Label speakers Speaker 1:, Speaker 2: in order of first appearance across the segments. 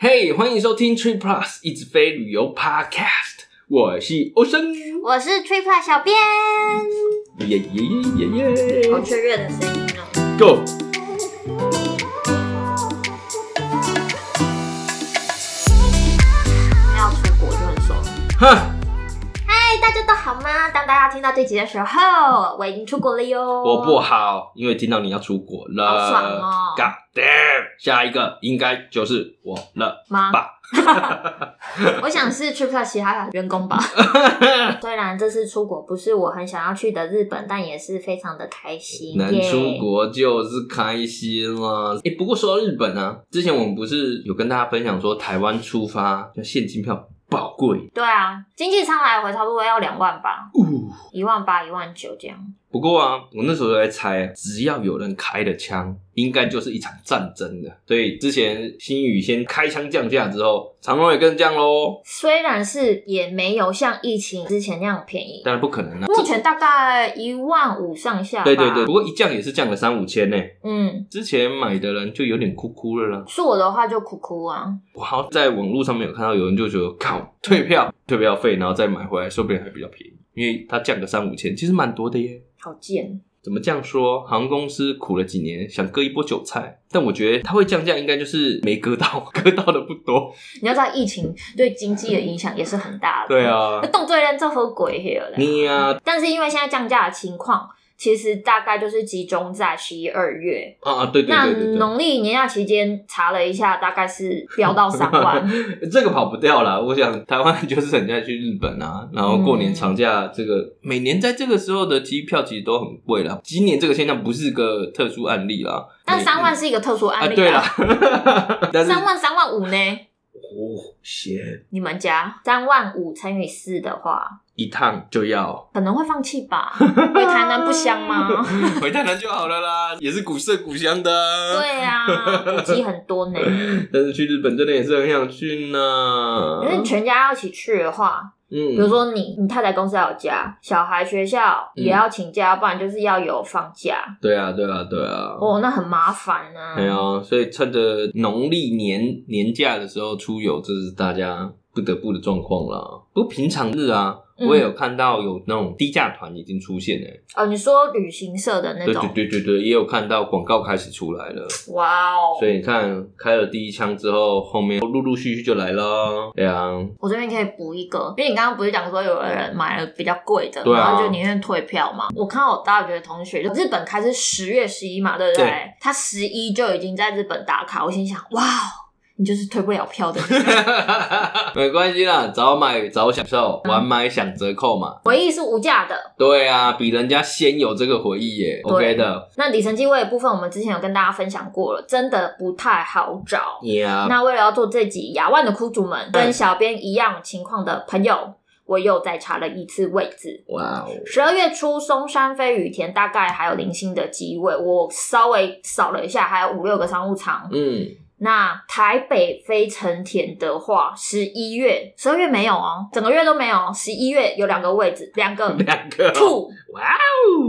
Speaker 1: 嘿欢迎收听 Tree Plus 一直飞旅游 Podcast，我是欧生，
Speaker 2: 我是 Tripla 小编，
Speaker 1: 耶耶耶耶耶
Speaker 2: 好雀跃的声音哦。
Speaker 1: ，Go！
Speaker 2: 要出国就很爽。
Speaker 1: 哈，
Speaker 2: 嗨，大家都好吗？当大家听到这集的时候，我已经出国了哟。
Speaker 1: 我不好，因为听到你要出国了，
Speaker 2: 哦好爽哦
Speaker 1: God damn！下一个应该就是我了
Speaker 2: 吗？
Speaker 1: 吧？
Speaker 2: 我想是 Tripla 其他的员工 吧。虽然这次出国不是我很想要去的日本，但也是非常的开心。
Speaker 1: 能
Speaker 2: 耶
Speaker 1: 出国就是开心了。哎、不过说到日本啊，之前我们不是有跟大家分享说，台湾出发就现金票宝贵，
Speaker 2: 对啊，经济舱来回差不多要两万吧，
Speaker 1: 呜。
Speaker 2: 一万八、一万九这样。
Speaker 1: 不过啊，我那时候在猜，只要有人开了枪，应该就是一场战争的。所以之前新宇先开枪降价之后，长荣也跟着降喽。
Speaker 2: 虽然是也没有像疫情之前那样便宜，
Speaker 1: 当然不可能啦、啊
Speaker 2: 目前大概一万五上
Speaker 1: 嗯
Speaker 2: 下吧。
Speaker 1: 对对对，不过一降也是降了三五千呢。
Speaker 2: 嗯，
Speaker 1: 之前买的人就有点哭哭了啦。
Speaker 2: 是我的话就哭哭啊。
Speaker 1: 我好像在网络上面有看到有人就觉得，靠，退票，退票费，然后再买回来，说不定还比较便宜，因为它降个三五千，其实蛮多的耶。
Speaker 2: 好贱，
Speaker 1: 怎么这样说？航空公司苦了几年，想割一波韭菜，但我觉得它会降价，应该就是没割到， 割到的不多。
Speaker 2: 你要知道疫情对经济的影响也是很大的。
Speaker 1: 对，啊
Speaker 2: 那，动作人造和鬼黑了嘞。
Speaker 1: 你呀、啊，
Speaker 2: 但是因为现在降价的情况，其实大概就是集中在十一二月。
Speaker 1: 啊，对对
Speaker 2: 那
Speaker 1: 对对对。
Speaker 2: 农历年假期间查了一下，大概是飙到 三万。
Speaker 1: 这个跑不掉啦，我想台湾就是人家去日本啊，然
Speaker 2: 嗯
Speaker 1: 后过年长假，这个、每年在这个时候的机票其实都很贵啦。今年这个现象不是个特殊案例啦，
Speaker 2: 但
Speaker 1: 每
Speaker 2: 三万是一个特殊
Speaker 1: 啊，
Speaker 2: 案例、
Speaker 1: 对啦， 但是
Speaker 2: 三万三万五呢？
Speaker 1: 哦，鞋
Speaker 2: 你们家三万五乘以四的话，
Speaker 1: 一趟就要
Speaker 2: 可能会放弃 吧？回台南不香吗？
Speaker 1: 回台南就好了啦，也是古色古香的啊。
Speaker 2: 对啊，补给很多呢。
Speaker 1: 但是去日本真的也是很想去呢
Speaker 2: 可。是全家要一起去的话，
Speaker 1: 嗯，
Speaker 2: 比如说你你太太公司要有假，小孩学校
Speaker 1: 嗯
Speaker 2: 也要请假，不然就是要有放假。
Speaker 1: 对啊，对啊，对啊。
Speaker 2: 哦，那很麻烦呢、
Speaker 1: 对啊，所以趁着农历年年假的时候出游，这是大家不得不的状况啦。不过平常日啊，
Speaker 2: 嗯
Speaker 1: 我也有看到有那种低价团已经出现了、
Speaker 2: 哦，你说旅行社的那
Speaker 1: 对
Speaker 2: 种，
Speaker 1: 对对对对，也有看到广告开始出来了。
Speaker 2: 哇哦！
Speaker 1: 所以你看，开了第一枪之后，后面陆陆续续就来了。对啊，
Speaker 2: 我这边可以补一个，因为你刚刚不是讲说有的人买了比较贵的，
Speaker 1: 对啊
Speaker 2: 然后就宁愿退票嘛。我看到我大学的同学，就日本开是十月十一嘛，对不对？
Speaker 1: 对
Speaker 2: 他十一就已经在日本打卡，我心想，哇哦，你就是退不了票的人。
Speaker 1: 没关系啦，早买早享受，
Speaker 2: 嗯
Speaker 1: 晚买享折扣嘛。
Speaker 2: 回忆是无价的，
Speaker 1: 对啊，比人家先有这个回忆耶，OK 的。
Speaker 2: 那里程机位的部分，我们之前有跟大家分享过了，真的不太好找。
Speaker 1: 呀，
Speaker 2: 那为了要做这集亚万的苦主们，跟小编一样情况的朋友，我又再查了一次位置。
Speaker 1: 哇哦，
Speaker 2: 十二月初，松山飞羽田大概还有零星的机位，我稍微扫了一下，还有五六个商务舱。
Speaker 1: 嗯，
Speaker 2: 那台北飞成田的话，十一月、十二月没有哦，整个月都没有哦。十一月有两个位置，两个
Speaker 1: 两个哦
Speaker 2: 吐。
Speaker 1: 哇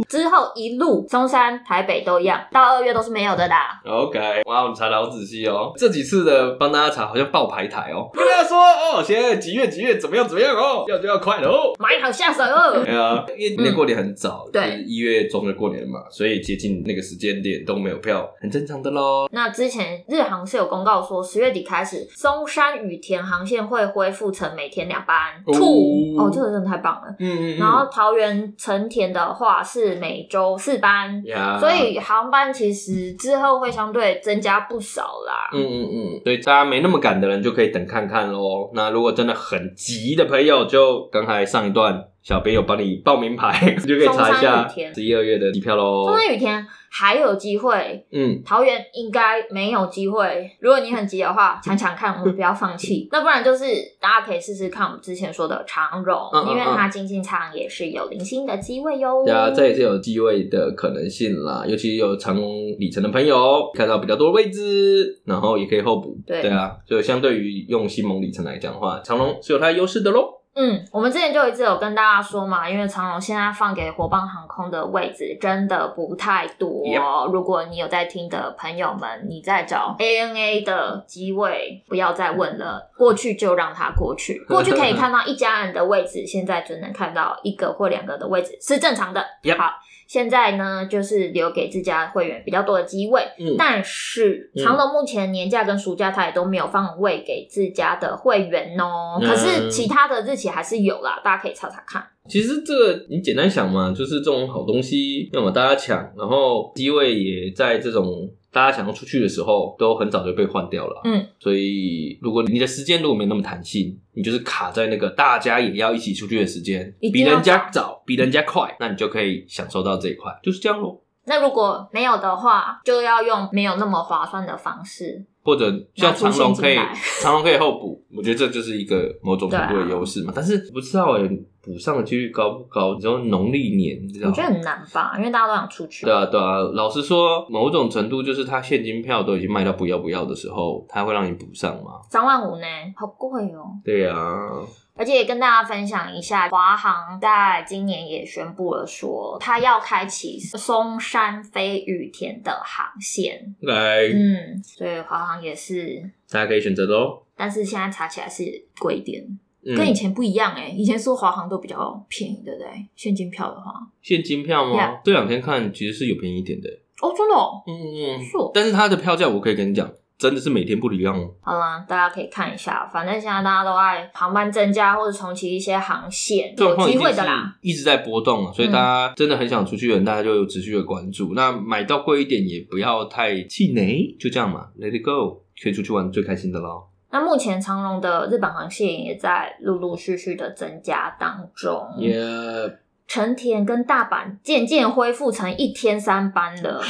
Speaker 2: 之后一路中山、台北都一样，到二月都是没有的啦。
Speaker 1: OK，哇，我们查的好仔细哦。这几次的帮大家查，好像爆牌台哦，跟大家说哦，现在几月几月怎么样怎么样哦，要就要快了哦。
Speaker 2: 买好下手哦
Speaker 1: 对。啊，因为今年过年很早，
Speaker 2: 对
Speaker 1: 就是一月中就过年嘛，所以接近那个时间点都没有票，很正常的喽。
Speaker 2: 那之前日航是有公告说，十月底开始，松山羽田航线会恢复成每天两班。
Speaker 1: 哦
Speaker 2: 吐哦，这个真的太棒了。
Speaker 1: 嗯嗯
Speaker 2: 然后桃园成田的话是每周四班，
Speaker 1: 呀，
Speaker 2: 所以航班其实之后会相对增加不少啦。
Speaker 1: 嗯嗯嗯，所以大家没那么赶的人就可以等看看喽。那如果真的很急的朋友，就刚才上一段小编有帮你报名牌， 你就可以查一下
Speaker 2: 中山雨天
Speaker 1: 十一二月的机票喽
Speaker 2: 松。山羽田还有机会，
Speaker 1: 嗯，
Speaker 2: 桃园应该没有机会。如果你很急的话，想想看，我们不要放
Speaker 1: 嗯
Speaker 2: 弃。那不然就是大家可以试试看我们之前说的长荣，
Speaker 1: 嗯嗯嗯
Speaker 2: 因为它经济舱也是有零星的机会哟。
Speaker 1: 对啊，这也是有机会的可能性啦，尤其有长龙里程的朋友，看到比较多的位置，然后也可以候补。
Speaker 2: 对
Speaker 1: 啊，所以相对于用新盟里程来讲的话，长龙是有它的优势的喽。
Speaker 2: 嗯，我们之前就一直有跟大家说嘛，因为长荣现在放给国邦航空的位置真的不太多。
Speaker 1: Yep
Speaker 2: 如果你有在听的朋友们，你在找 ANA 的机位，不要再问了，过去就让它过去。过去可以看到一家人的位置，现在只能看到一个或两个的位置，是正常的。
Speaker 1: Yep
Speaker 2: 好，现在呢就是留给自家会员比较多的机位。
Speaker 1: 嗯，
Speaker 2: 但是
Speaker 1: 嗯
Speaker 2: 长隆目前年假跟暑假，它也都没有放位给自家的会员哦。
Speaker 1: 嗯
Speaker 2: 可是其他的日期还是有啦，大家可以查查看。
Speaker 1: 其实这个你简单想嘛，就是这种好东西，要么大家抢，然后机位也在这种大家想要出去的时候，都很早就被换掉了。
Speaker 2: 嗯，
Speaker 1: 所以如果你的时间如果没那么弹性，你就是卡在那个大家也要一起出去的时间，
Speaker 2: 一
Speaker 1: 比
Speaker 2: 定要
Speaker 1: 人家早，比人家快，那你就可以享受到这一块，就是这样咯。
Speaker 2: 那如果没有的话，就要用没有那么划算的方式。
Speaker 1: 或者像长
Speaker 2: 拿
Speaker 1: 龙
Speaker 2: 出现金
Speaker 1: 可以
Speaker 2: 来，
Speaker 1: 长龙可以候补，我觉得这就是一个某种程度的优
Speaker 2: 啊
Speaker 1: 势嘛。但是不知道哎、补上的几率高不高？你说农历年，你知道
Speaker 2: 我
Speaker 1: 吗？
Speaker 2: 觉得很难吧，因为大家都想出去。
Speaker 1: 对啊，对啊，老实说，某种程度就是他现金票都已经卖到不要不要的时候，他会让你补上嘛？
Speaker 2: 三万五呢，好贵哦！
Speaker 1: 对啊，
Speaker 2: 而且也跟大家分享一下，华航在今年也宣布了说，它要开启松山飞羽田的航线。
Speaker 1: 来，
Speaker 2: 嗯，所以华航也是
Speaker 1: 大家可以选择喽。一
Speaker 2: 但是现在查起来是贵一点，
Speaker 1: 嗯
Speaker 2: 跟以前不一样哎、以前说华航都比较便宜，对不对？现金票的话，
Speaker 1: 现金票吗
Speaker 2: Yeah
Speaker 1: 这两天看其实是有便宜一点的。
Speaker 2: 哦，真的、哦。
Speaker 1: 嗯嗯
Speaker 2: 是哦
Speaker 1: 但是它的票价我可以跟你讲，真的是每天不一样哦。
Speaker 2: 好啦，大家可以看一下，反正现在大家都爱航班增加或者重启一些航线，
Speaker 1: 状
Speaker 2: 有
Speaker 1: 况一
Speaker 2: 机
Speaker 1: 定
Speaker 2: 会
Speaker 1: 是
Speaker 2: 的啦。嗯
Speaker 1: 一直在波动啊，所以大家真的很想出去的人，大家就有持续的关注。那买到贵一点也不要太气馁，就这样嘛，Let it go，可以出去玩最开心的喽。
Speaker 2: 那目前长龙的日本航线也在陆陆续续的增加当中，
Speaker 1: 也
Speaker 2: 成田跟大阪渐渐恢复成一天三班了，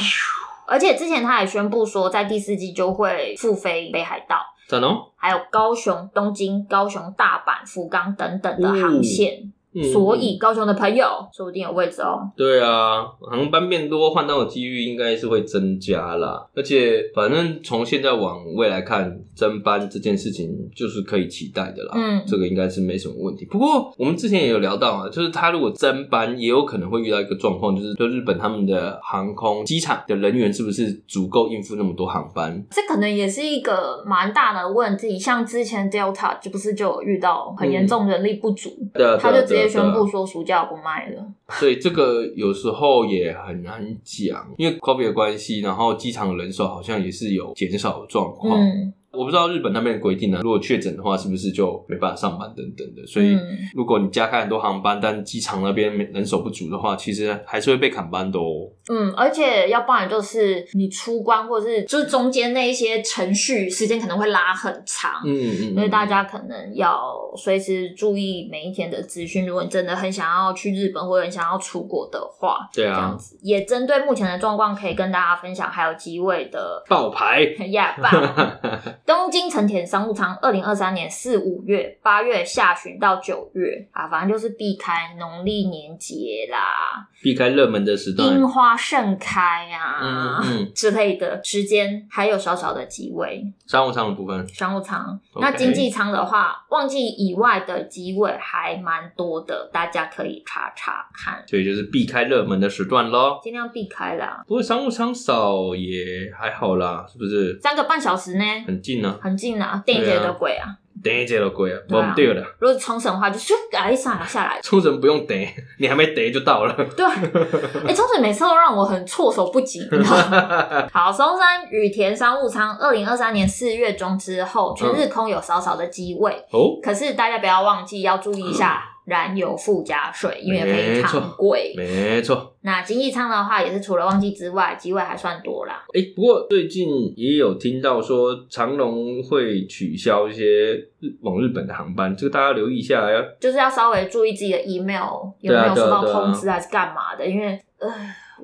Speaker 2: 而且之前他也宣布说，在第四季就会复飞北海道。
Speaker 1: 赞哦，
Speaker 2: 还有高雄、东京、高雄、大阪、福冈等等的
Speaker 1: 哦
Speaker 2: 航线，
Speaker 1: 嗯
Speaker 2: 所以高雄的朋友说不定有位置哦。
Speaker 1: 对啊，航班变多，换到的机遇应该是会增加啦。而且，反正从现在往未来看，增班这件事情就是可以期待的啦。
Speaker 2: 嗯
Speaker 1: 这个应该是没什么问题。不过，我们之前也有聊到啊，就是他如果增班，也有可能会遇到一个状况，就是就日本他们的航空机场的人员是不是足够应付那么多航班？
Speaker 2: 这可能也是一个蛮大的问题，像之前 Delta 就不是就有遇到很严重人力不足，
Speaker 1: 对啊，
Speaker 2: 他
Speaker 1: 对啊
Speaker 2: 就直接宣
Speaker 1: 对啊哦
Speaker 2: 布说暑假不卖了。
Speaker 1: 所以这个有时候也很难讲，因为 COVID 的关系，然后机场人手好像也是有减少的状况。
Speaker 2: 嗯，
Speaker 1: 我不知道日本那边的规定呢、如果确诊的话，是不是就没办法上班等等的？所以，
Speaker 2: 嗯
Speaker 1: 如果你加开很多航班，但机场那边人手不足的话，其实还是会被砍班的哦。
Speaker 2: 嗯，而且要不然就是你出关或者是就是中间那一些程序时间可能会拉很长，
Speaker 1: 嗯嗯，
Speaker 2: 所以大家可能要随时注意每一天的资讯。如果你真的很想要去日本或者很想要出国的话，
Speaker 1: 对
Speaker 2: 这样
Speaker 1: 啊，
Speaker 2: 子也针对目前的状况，可以跟大家分享还有机位的
Speaker 1: 爆牌，
Speaker 2: 亚吧。东京成田商务舱，二零二三年四五月、八月下旬到九月啊，反正就是避开农历年节啦，
Speaker 1: 避开热门的时段
Speaker 2: 樱。花盛开
Speaker 1: 嗯
Speaker 2: 啊。
Speaker 1: 嗯嗯，
Speaker 2: 之类的时间还有少少的机位，
Speaker 1: 商务舱的部分，
Speaker 2: 商务舱。
Speaker 1: OK
Speaker 2: 那经济舱的话，旺季以外的机位还蛮多的，大家可以查查看，
Speaker 1: 所以就是避开热门的时段咯。
Speaker 2: 尽量避开啦。
Speaker 1: 不过商务舱少也还好啦，是不是？
Speaker 2: 三个半小时呢，
Speaker 1: 很近啊，
Speaker 2: 很近啊，电影节的鬼啊。
Speaker 1: 等一下就过啊，
Speaker 2: 对啊
Speaker 1: 不对了，
Speaker 2: 如果是冲绳的话，就咻哎上来下来。
Speaker 1: 冲绳不用等，你还没等就到了。
Speaker 2: 对， 哎、冲绳每次都让我很措手不及，你知道吗？ 好，松山羽田商务舱，二零二三年四月中之
Speaker 1: 嗯
Speaker 2: 后，全日空有少少的机位，
Speaker 1: 哦，
Speaker 2: 可是大家不要忘记要注意一下燃油附加税，因为非
Speaker 1: 没
Speaker 2: 常
Speaker 1: 错
Speaker 2: 贵。
Speaker 1: 没错。
Speaker 2: 那经济舱的话，也是除了旺季之外，机位还算多啦。
Speaker 1: 哎、不过最近也有听到说长龙会取消一些日往日本的航班，这个大家留意一下呀。
Speaker 2: 就是要稍微注意自己的 email 有
Speaker 1: 对
Speaker 2: 没
Speaker 1: 啊
Speaker 2: 有收到
Speaker 1: 对啊对啊
Speaker 2: 通知还是干嘛的，因为呃，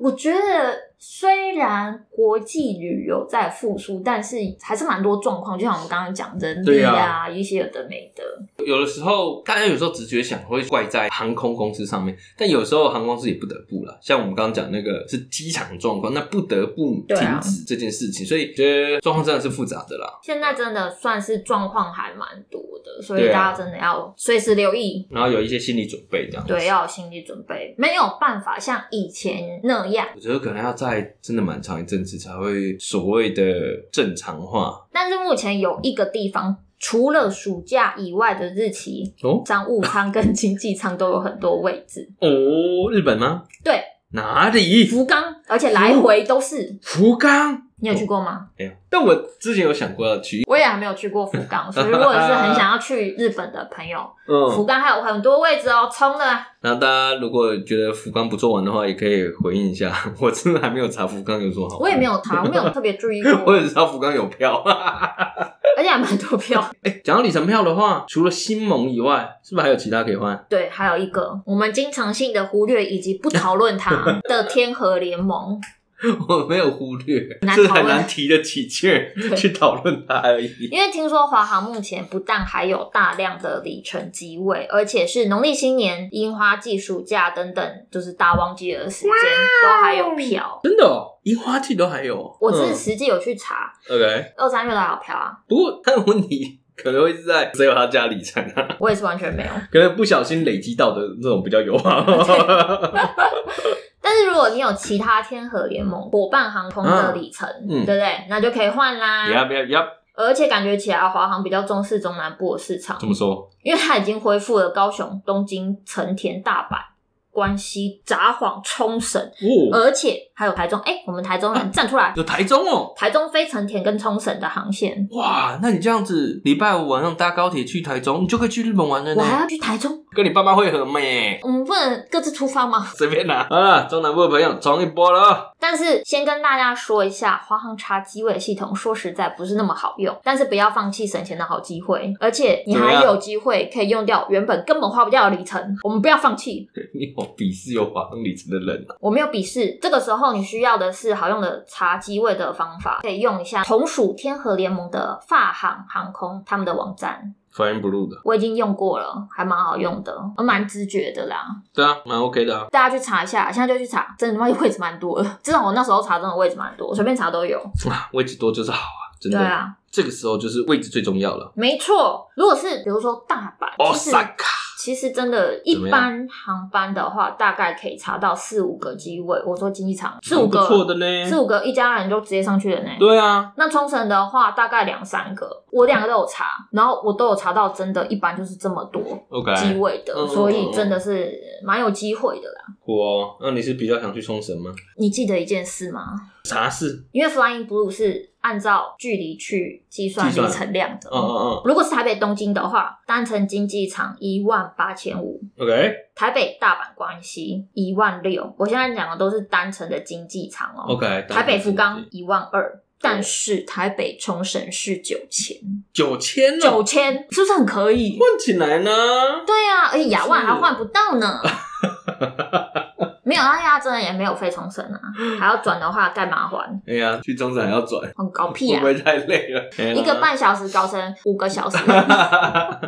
Speaker 2: 我觉得虽然国际旅游在复苏，但是还是蛮多状况，就像我们刚刚讲人力
Speaker 1: 对
Speaker 2: 啊，
Speaker 1: 啊
Speaker 2: 一些有的没的。
Speaker 1: 有的时候，大家有时候直觉想会怪在航空公司上面，但有时候航空公司也不得不啦。像我们刚刚讲那个是机场状况，那不得不
Speaker 2: 对啊
Speaker 1: 停止这件事情，所以觉得状况真的是复杂的啦。
Speaker 2: 现在真的算是状况还蛮多的，所以
Speaker 1: 对啊
Speaker 2: 大家真的要随时留意，
Speaker 1: 然后有一些心理准备这样子。
Speaker 2: 对，要有心理准备，没有办法像以前那样。
Speaker 1: 我觉得可能要在真的蛮长一阵子才会所谓的正常化
Speaker 2: 但是目前有一个地方，除了暑假以外的日期，
Speaker 1: 哦
Speaker 2: 商务舱跟经济舱都有很多位置，
Speaker 1: 哦，日本吗？
Speaker 2: 对，
Speaker 1: 哪里？
Speaker 2: 福冈，而且来回都是。
Speaker 1: 福冈
Speaker 2: 你有去过吗？
Speaker 1: 没有，但我之前有想过要去，
Speaker 2: 我也还没有去过福冈，所以如果是很想要去日本的朋友，福
Speaker 1: 嗯，
Speaker 2: 冈还有很多位置哦，冲了
Speaker 1: 那大家如果觉得福冈不做完的话，也可以回应一下。 我真的还没有查福冈有什么好，，
Speaker 2: 我也没有查，我没有特别注意过
Speaker 1: 我只知道福冈有票。 哎
Speaker 2: 而且还蛮多票。
Speaker 1: 讲到里程票的话，除了新盟以外，是不是还有其他可以换？
Speaker 2: 对，还有一个我们经常性的忽略以及不讨 论它的天河联盟，
Speaker 1: 我没有忽略，
Speaker 2: 难
Speaker 1: 是
Speaker 2: 讨论
Speaker 1: 很难提得起劲 儿
Speaker 2: 对
Speaker 1: 去讨论它而已。
Speaker 2: 因为听说华航目前不但还有大量的里程机位，而且是农历新年、樱花季、暑假等等，就是大旺季的时间
Speaker 1: 哦
Speaker 2: 都还有票。
Speaker 1: 真的、哦，樱花季都还有哦。
Speaker 2: 我是
Speaker 1: 嗯
Speaker 2: 实际有去查，
Speaker 1: OK，
Speaker 2: 二三月都还有票啊，
Speaker 1: 不过但问题可能会是在只有他家里程啊，
Speaker 2: 我也是完全没有。
Speaker 1: 可能不小心累积到的那种比较有 啊。
Speaker 2: 但是如果你有其他天河联盟伙伴航空的里程，
Speaker 1: 嗯
Speaker 2: 对不对？那就可以换啦。
Speaker 1: 要不要要
Speaker 2: 而且感觉起来，啊华航比较重视中南部的市场
Speaker 1: 这，么说？
Speaker 2: 因为它已经恢复了高雄、东京、成田、大阪、关西、札幌、冲绳，
Speaker 1: 哦，
Speaker 2: 而且还有台中。哎、我们台中
Speaker 1: 嗯
Speaker 2: 人站出来，
Speaker 1: 有台中哦。
Speaker 2: 台中飞成田跟冲绳的航线，
Speaker 1: 哇，那你这样子，礼拜五晚上搭高铁去台中，你就可以去日本玩了
Speaker 2: 我
Speaker 1: 呢。
Speaker 2: 还要去台中，
Speaker 1: 跟你爸妈会合咩？
Speaker 2: 我们不能各自出发吗？
Speaker 1: 随便拿。好了，啊中南部的朋友冲一波了哦。
Speaker 2: 但是先跟大家说一下，华航查机位系统说实在不是那么好用，但是不要放弃省钱的好机会，而且你还
Speaker 1: 怎么样
Speaker 2: 有机会可以用掉原本根本花不掉的里程，我们不要放弃。
Speaker 1: 你好鄙视有华航里程的人啊！
Speaker 2: 我没有鄙视，这个时候你需要的是好用的查机位的方法，可以用一下同属天河联盟的发航航空他们的网站，
Speaker 1: 反应不入的，
Speaker 2: 我已经用过了，还蛮好用的，我蛮直觉的啦。
Speaker 1: 对啊，蛮 OK 的啊。
Speaker 2: 大家去查一下，现在就去查，真的他妈位置蛮多的，至少我那时候查真的位置蛮多，随便查都有。
Speaker 1: 哇位置多就是好啊，真
Speaker 2: 对
Speaker 1: 的。
Speaker 2: 啊。
Speaker 1: 这个时候就是位置最重要了。
Speaker 2: 没错，如果是比如说大阪，其实
Speaker 1: 哦 Osaka，
Speaker 2: 其实真的，一
Speaker 1: 怎么样
Speaker 2: 般航班的话，大概可以查到四五个机位。我说经济舱四五
Speaker 1: 蛮不错
Speaker 2: 个，
Speaker 1: 的呢。
Speaker 2: 四五个一家人就直接上去了呢。
Speaker 1: 对啊，
Speaker 2: 那冲绳的话，大概两三个，我两个都有查，然后我都有查到，真的，一般就是这么多
Speaker 1: OK，
Speaker 2: 机位的，
Speaker 1: 嗯
Speaker 2: 所以真的是蛮有机会的啦。
Speaker 1: 我，哦那你是比较想去冲绳吗？
Speaker 2: 你记得一件事吗？
Speaker 1: 啥事？
Speaker 2: 因为 Flying Blue 是按照距离去计算
Speaker 1: 计算
Speaker 2: 里程量的，
Speaker 1: 嗯嗯
Speaker 2: 如果是台北东京的话，单程经济舱一万八千五，
Speaker 1: 嗯，OK
Speaker 2: 台北大阪关西一万六。我现在讲的都是单程的经济舱哦。
Speaker 1: OK，
Speaker 2: 台北福冈一万二，但是台北冲绳是九千，
Speaker 1: 九千
Speaker 2: 九千是不是很可以？
Speaker 1: 换起来呢？
Speaker 2: 对呀、而且亚万还换不到呢。没有，啊那家真的也没有飞冲绳啊，还要转的话干麻烦，
Speaker 1: 哎呀，去冲绳还要转，
Speaker 2: 很搞屁
Speaker 1: 会
Speaker 2: 啊
Speaker 1: 不！会太累了？
Speaker 2: 一个半小时搞成五个小时，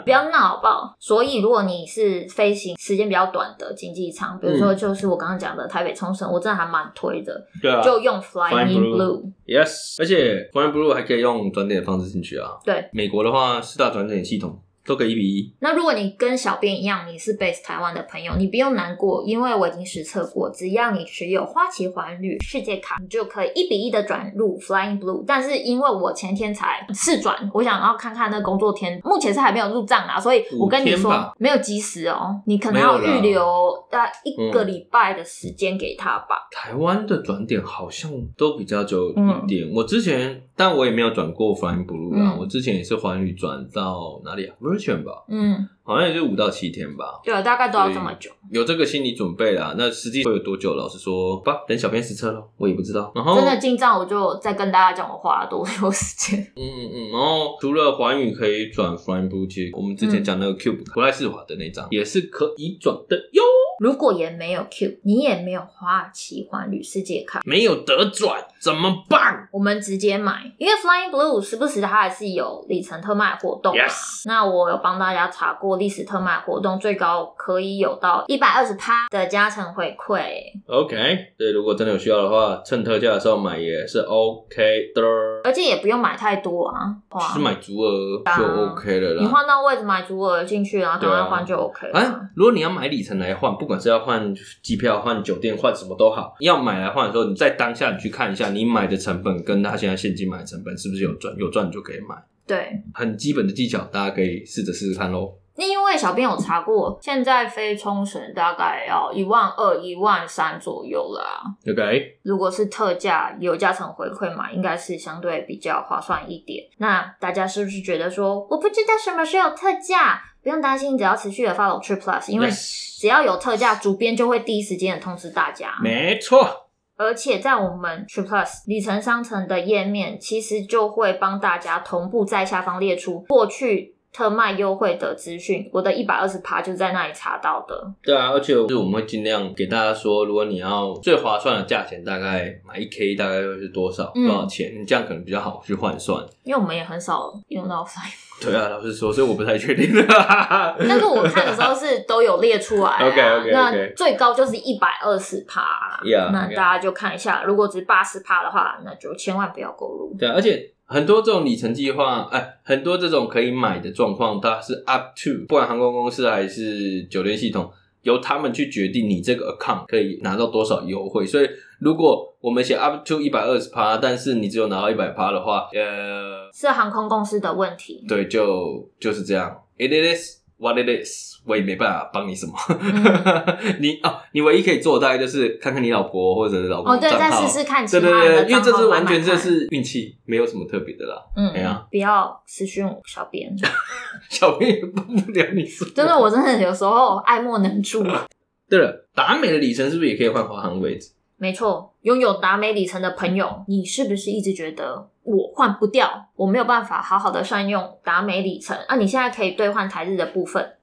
Speaker 2: 不要闹好不好？所以如果你是飞行时间比较短的经济舱，比如说就是我刚刚讲的台北冲绳，我真的还蛮推的，
Speaker 1: 对啊，
Speaker 2: 就用 Flying
Speaker 1: Flying
Speaker 2: Blue。
Speaker 1: Yes，而且 Flying Blue 还可以用转点的方式进去啊。
Speaker 2: 对，
Speaker 1: 美国的话，四大转点系统都可以一比一。
Speaker 2: 那如果你跟小编一样，你是 base 台湾的朋友，你不用难过，因为我已经实测过，只要你持有花旗环旅世界卡，你就可以一比一的转入 Flying Blue。但是因为我前天才试转，我想要看看那工作天，目前是还没有入账啦，所以我跟你
Speaker 1: 五天
Speaker 2: 说
Speaker 1: 吧
Speaker 2: 没有及时哦，你可能
Speaker 1: 没
Speaker 2: 要
Speaker 1: 有啦嗯
Speaker 2: 预留大概一个礼拜的时间给他吧。
Speaker 1: 台湾的转点好像都比较久
Speaker 2: 嗯
Speaker 1: 一点。我之前，但我也没有转过 Flying Blue 啦。
Speaker 2: 嗯
Speaker 1: 我之前也是环宇转到哪里啊？Virgin 吧，
Speaker 2: 嗯，
Speaker 1: 好像也就五到七天吧。
Speaker 2: 对，啊大概都要这么久，
Speaker 1: 有这个心理准备啦。那实际会有多久？老实说，好吧，等小编实测咯，我也不知道。然后
Speaker 2: 真的进账我就再跟大家讲我花了多久时间。
Speaker 1: 嗯嗯嗯，然后除了环宇可
Speaker 2: 嗯
Speaker 1: 以转 Flying Blue，其实我们之前讲那个 Cube 不赖世华的那张也是可以转的哟。
Speaker 2: 如果也没有 Q，你也没有花儿奇环旅世界卡，
Speaker 1: 没有得转怎么办
Speaker 2: 我们直接买，因为 Flying Blue 时不时它还是有里程特卖活动嘛。
Speaker 1: ？Yes，
Speaker 2: 那我有帮大家查过历史特卖活动，最高可以有到一百二十趴的加成回馈，
Speaker 1: OK，对，如果真的有需要的话，趁特价的时候买也是 OK 的，
Speaker 2: 而且也不用买太多啊。哇
Speaker 1: 是买足额就 OK 了
Speaker 2: 你
Speaker 1: 啦。
Speaker 2: 换到位置买足额进去，然后赶
Speaker 1: 对啊
Speaker 2: 快换就 OK 了。
Speaker 1: 啊，如果你要买里程来换，不管是要换机票、换酒店、换什么都好，要买来换的时候，你在当下你去看一下你买的成本跟他现在现金买的成本是不是有赚，有赚你就可以买。
Speaker 2: 对，
Speaker 1: 很基本的技巧，大家可以试着试试看喽。
Speaker 2: 那因为小编有查过，现在飞冲绳大概要一万二、一万三左右啦。
Speaker 1: OK，
Speaker 2: 如果是特价有加成回馈嘛，应该是相对比较划算一点。那大家是不是觉得说，我不知道什么时候有特价？不用担心，只要持续的 follow Trip Plus，因为
Speaker 1: Yes
Speaker 2: 只要有特价，主编就会第一时间的通知大家。
Speaker 1: 没错，
Speaker 2: 而且在我们 Trip Plus 里程商城的页面，其实就会帮大家同步在下方列出过去特卖优惠的资讯。我的一百二十趴就在那里查到的。
Speaker 1: 对啊，而且就是我们会尽量给大家说，如果你要最划算的价钱，大概买一 K 大概会是多少、
Speaker 2: 嗯
Speaker 1: 多少钱，你这样可能比较好去换算。
Speaker 2: 因为我们也很少用到 Fly，
Speaker 1: 对啊，老实说，所以我不太确定。
Speaker 2: 但是我看的时候是都有列出来、啊。
Speaker 1: OK，OK，OK
Speaker 2: 那最高就是一百二十趴。
Speaker 1: Yeah，
Speaker 2: 那
Speaker 1: yeah
Speaker 2: 大家就看一下，如果只八十趴的话，那就千万不要购入。
Speaker 1: 对啊，而且很多这种里程计划，哎，很多这种可以买的状况，它是 up to，不管航空公司还是酒店系统，由他们去决定你这个 account 可以拿到多少优惠。所以，如果我们写 up to 一百二十趴，但是你只有拿到一百趴的话，呃，
Speaker 2: 是航空公司的问题。
Speaker 1: 对，就就是这样。It is what it is，我也没办法帮你什么。
Speaker 2: 嗯
Speaker 1: 你哦，你唯一可以做的大概就是看看你老婆或者老公
Speaker 2: 哦，对，
Speaker 1: 账
Speaker 2: 再
Speaker 1: 号
Speaker 2: 试试看其
Speaker 1: 对
Speaker 2: 他
Speaker 1: 对
Speaker 2: 人的
Speaker 1: 对，因为
Speaker 2: 账
Speaker 1: 这
Speaker 2: 号
Speaker 1: 是
Speaker 2: 买
Speaker 1: 完全
Speaker 2: 买
Speaker 1: 这
Speaker 2: 看
Speaker 1: 是运气，没有什么特别的啦。
Speaker 2: 嗯，
Speaker 1: 哎呀
Speaker 2: 不要私讯我小编，
Speaker 1: 小编也帮不了你什么。
Speaker 2: 真的，我真的有时候爱莫能助。啊
Speaker 1: 对了，达美的里程是不是也可以换华航位置？
Speaker 2: 没错，拥有达美里程的朋友，你是不是一直觉得我换不掉，我没有办法好好的善用达美里程？啊，你现在可以兑换台日的部分，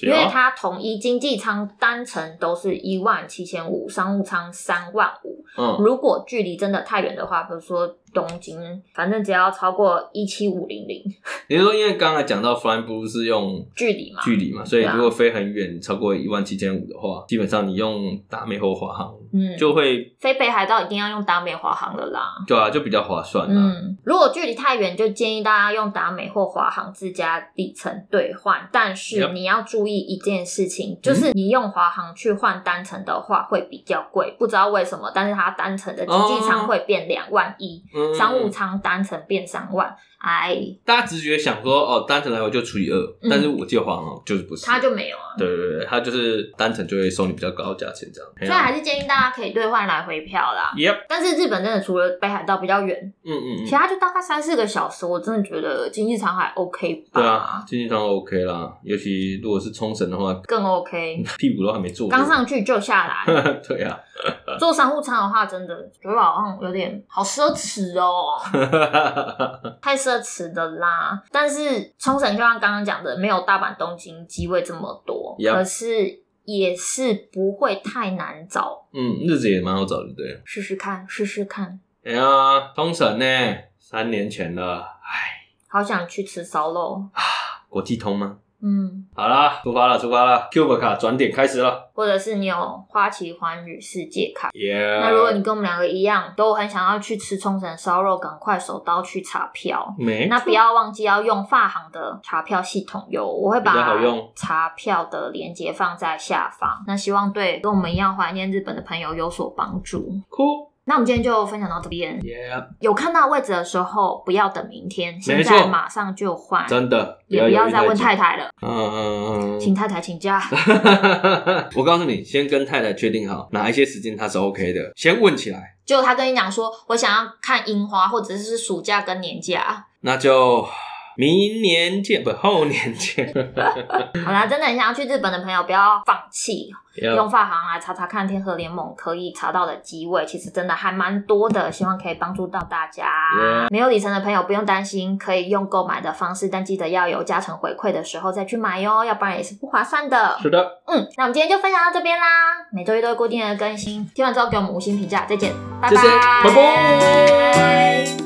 Speaker 2: 因
Speaker 1: 啊
Speaker 2: 为它统一经济舱单程都是一万七千五，商务舱三万五。
Speaker 1: 嗯，
Speaker 2: 如果距离真的太远的话，比如说东京，反正只要超过一七五零零
Speaker 1: 你是说因为刚才讲到 Flying Blue 是用
Speaker 2: 距离嘛，
Speaker 1: 距离嘛，所以
Speaker 2: 对啊
Speaker 1: 如果飞很远，超过一万七千五的话，基本上你用达美或华航
Speaker 2: 嗯，
Speaker 1: 就会
Speaker 2: 飞北海道一定要用达美华航了啦。
Speaker 1: 对啊，就比较划算啦。
Speaker 2: 嗯，如果距离太远，就建议大家用达美或华航自家里程兑换。但
Speaker 1: Yep
Speaker 2: 是你要注意一件事
Speaker 1: 嗯
Speaker 2: 情，就是你用华航去换单程的话会比较贵，不知道为什么，但是它单程的经济
Speaker 1: 哦
Speaker 2: 舱会变两万一、
Speaker 1: 嗯
Speaker 2: 商务舱单程变三万，哎，
Speaker 1: 大家直觉想说哦，单程来回就除以二，
Speaker 2: 嗯
Speaker 1: 但是我记得华航哦就是不是，
Speaker 2: 它就没有啊。
Speaker 1: 对对对，它就是单程就会收你比较高的价钱这样。啊
Speaker 2: 所以还是建议大家可以兑换来回票啦。
Speaker 1: Yep，
Speaker 2: 但是日本真的除了北海道比较远，
Speaker 1: 嗯嗯嗯
Speaker 2: 其，他就大概三四个小时，我真的觉得经济舱还 OK 吧，
Speaker 1: 对啊，经济舱 OK 啦，尤其如果是冲绳的话，
Speaker 2: 更 OK。
Speaker 1: 屁股都还没坐，
Speaker 2: 刚上去就下来，
Speaker 1: 对啊，
Speaker 2: 做商务舱的话，真的觉得好像有点好奢侈 哦，太奢侈的啦。但是冲绳就像刚刚讲的，没有大阪、东京机位这么多
Speaker 1: Yup
Speaker 2: 可是也是不会太难找。
Speaker 1: 嗯，日子也蛮好找的，对。
Speaker 2: 试试看，试试看，
Speaker 1: 哎呀，冲绳呢，三年前了，哎，
Speaker 2: 好想去吃烧肉。
Speaker 1: 国际通吗？
Speaker 2: 嗯，
Speaker 1: 好啦，出发了，出发了，Cube 卡转点开始了。
Speaker 2: 或者是你有花旗环宇世界卡。
Speaker 1: Yeah，
Speaker 2: 那如果你跟我们两个一样，都很想要去吃冲绳烧肉，赶快手刀去查票。
Speaker 1: 没，
Speaker 2: 那不要忘记要用发行的查票系统哟，我会
Speaker 1: 比较
Speaker 2: 把
Speaker 1: 好用
Speaker 2: 查票的链接放在下方。那希望对跟我们一样怀念日本的朋友有所帮助。
Speaker 1: 哭。
Speaker 2: 那我们今天就分享到这边。
Speaker 1: Yeah，
Speaker 2: 有看到位置的时候，不要等明天，
Speaker 1: 没
Speaker 2: 现
Speaker 1: 错
Speaker 2: 在马上就换，
Speaker 1: 真的，
Speaker 2: 也不要再问
Speaker 1: 太
Speaker 2: 太
Speaker 1: 久。
Speaker 2: 太了，
Speaker 1: 嗯嗯嗯嗯。
Speaker 2: 请太太请假。
Speaker 1: 我告诉你，先跟太太确定好哪一些时间她是 OK 的，先问起来，
Speaker 2: 结果他跟你讲说，我想要看樱花，或者是暑假跟年假，
Speaker 1: 那就明年见，不后年见。
Speaker 2: 好啦，真的很想要去日本的朋友不要放弃，用
Speaker 1: 要
Speaker 2: 发行啊来查查看天河联盟可以查到的机位，其实真的还蛮多的，希望可以帮助到大家。没有里程的朋友不用担心，可以用购买的方式，但记得要有加成回馈的时候再去买哟，要不然也是不划算的。
Speaker 1: 是的，
Speaker 2: 嗯，那我们今天就分享到这边啦，每周一都会固定的更新，听完之后给我们五星评价，再见，拜
Speaker 1: 谢谢，拜拜。
Speaker 2: 拜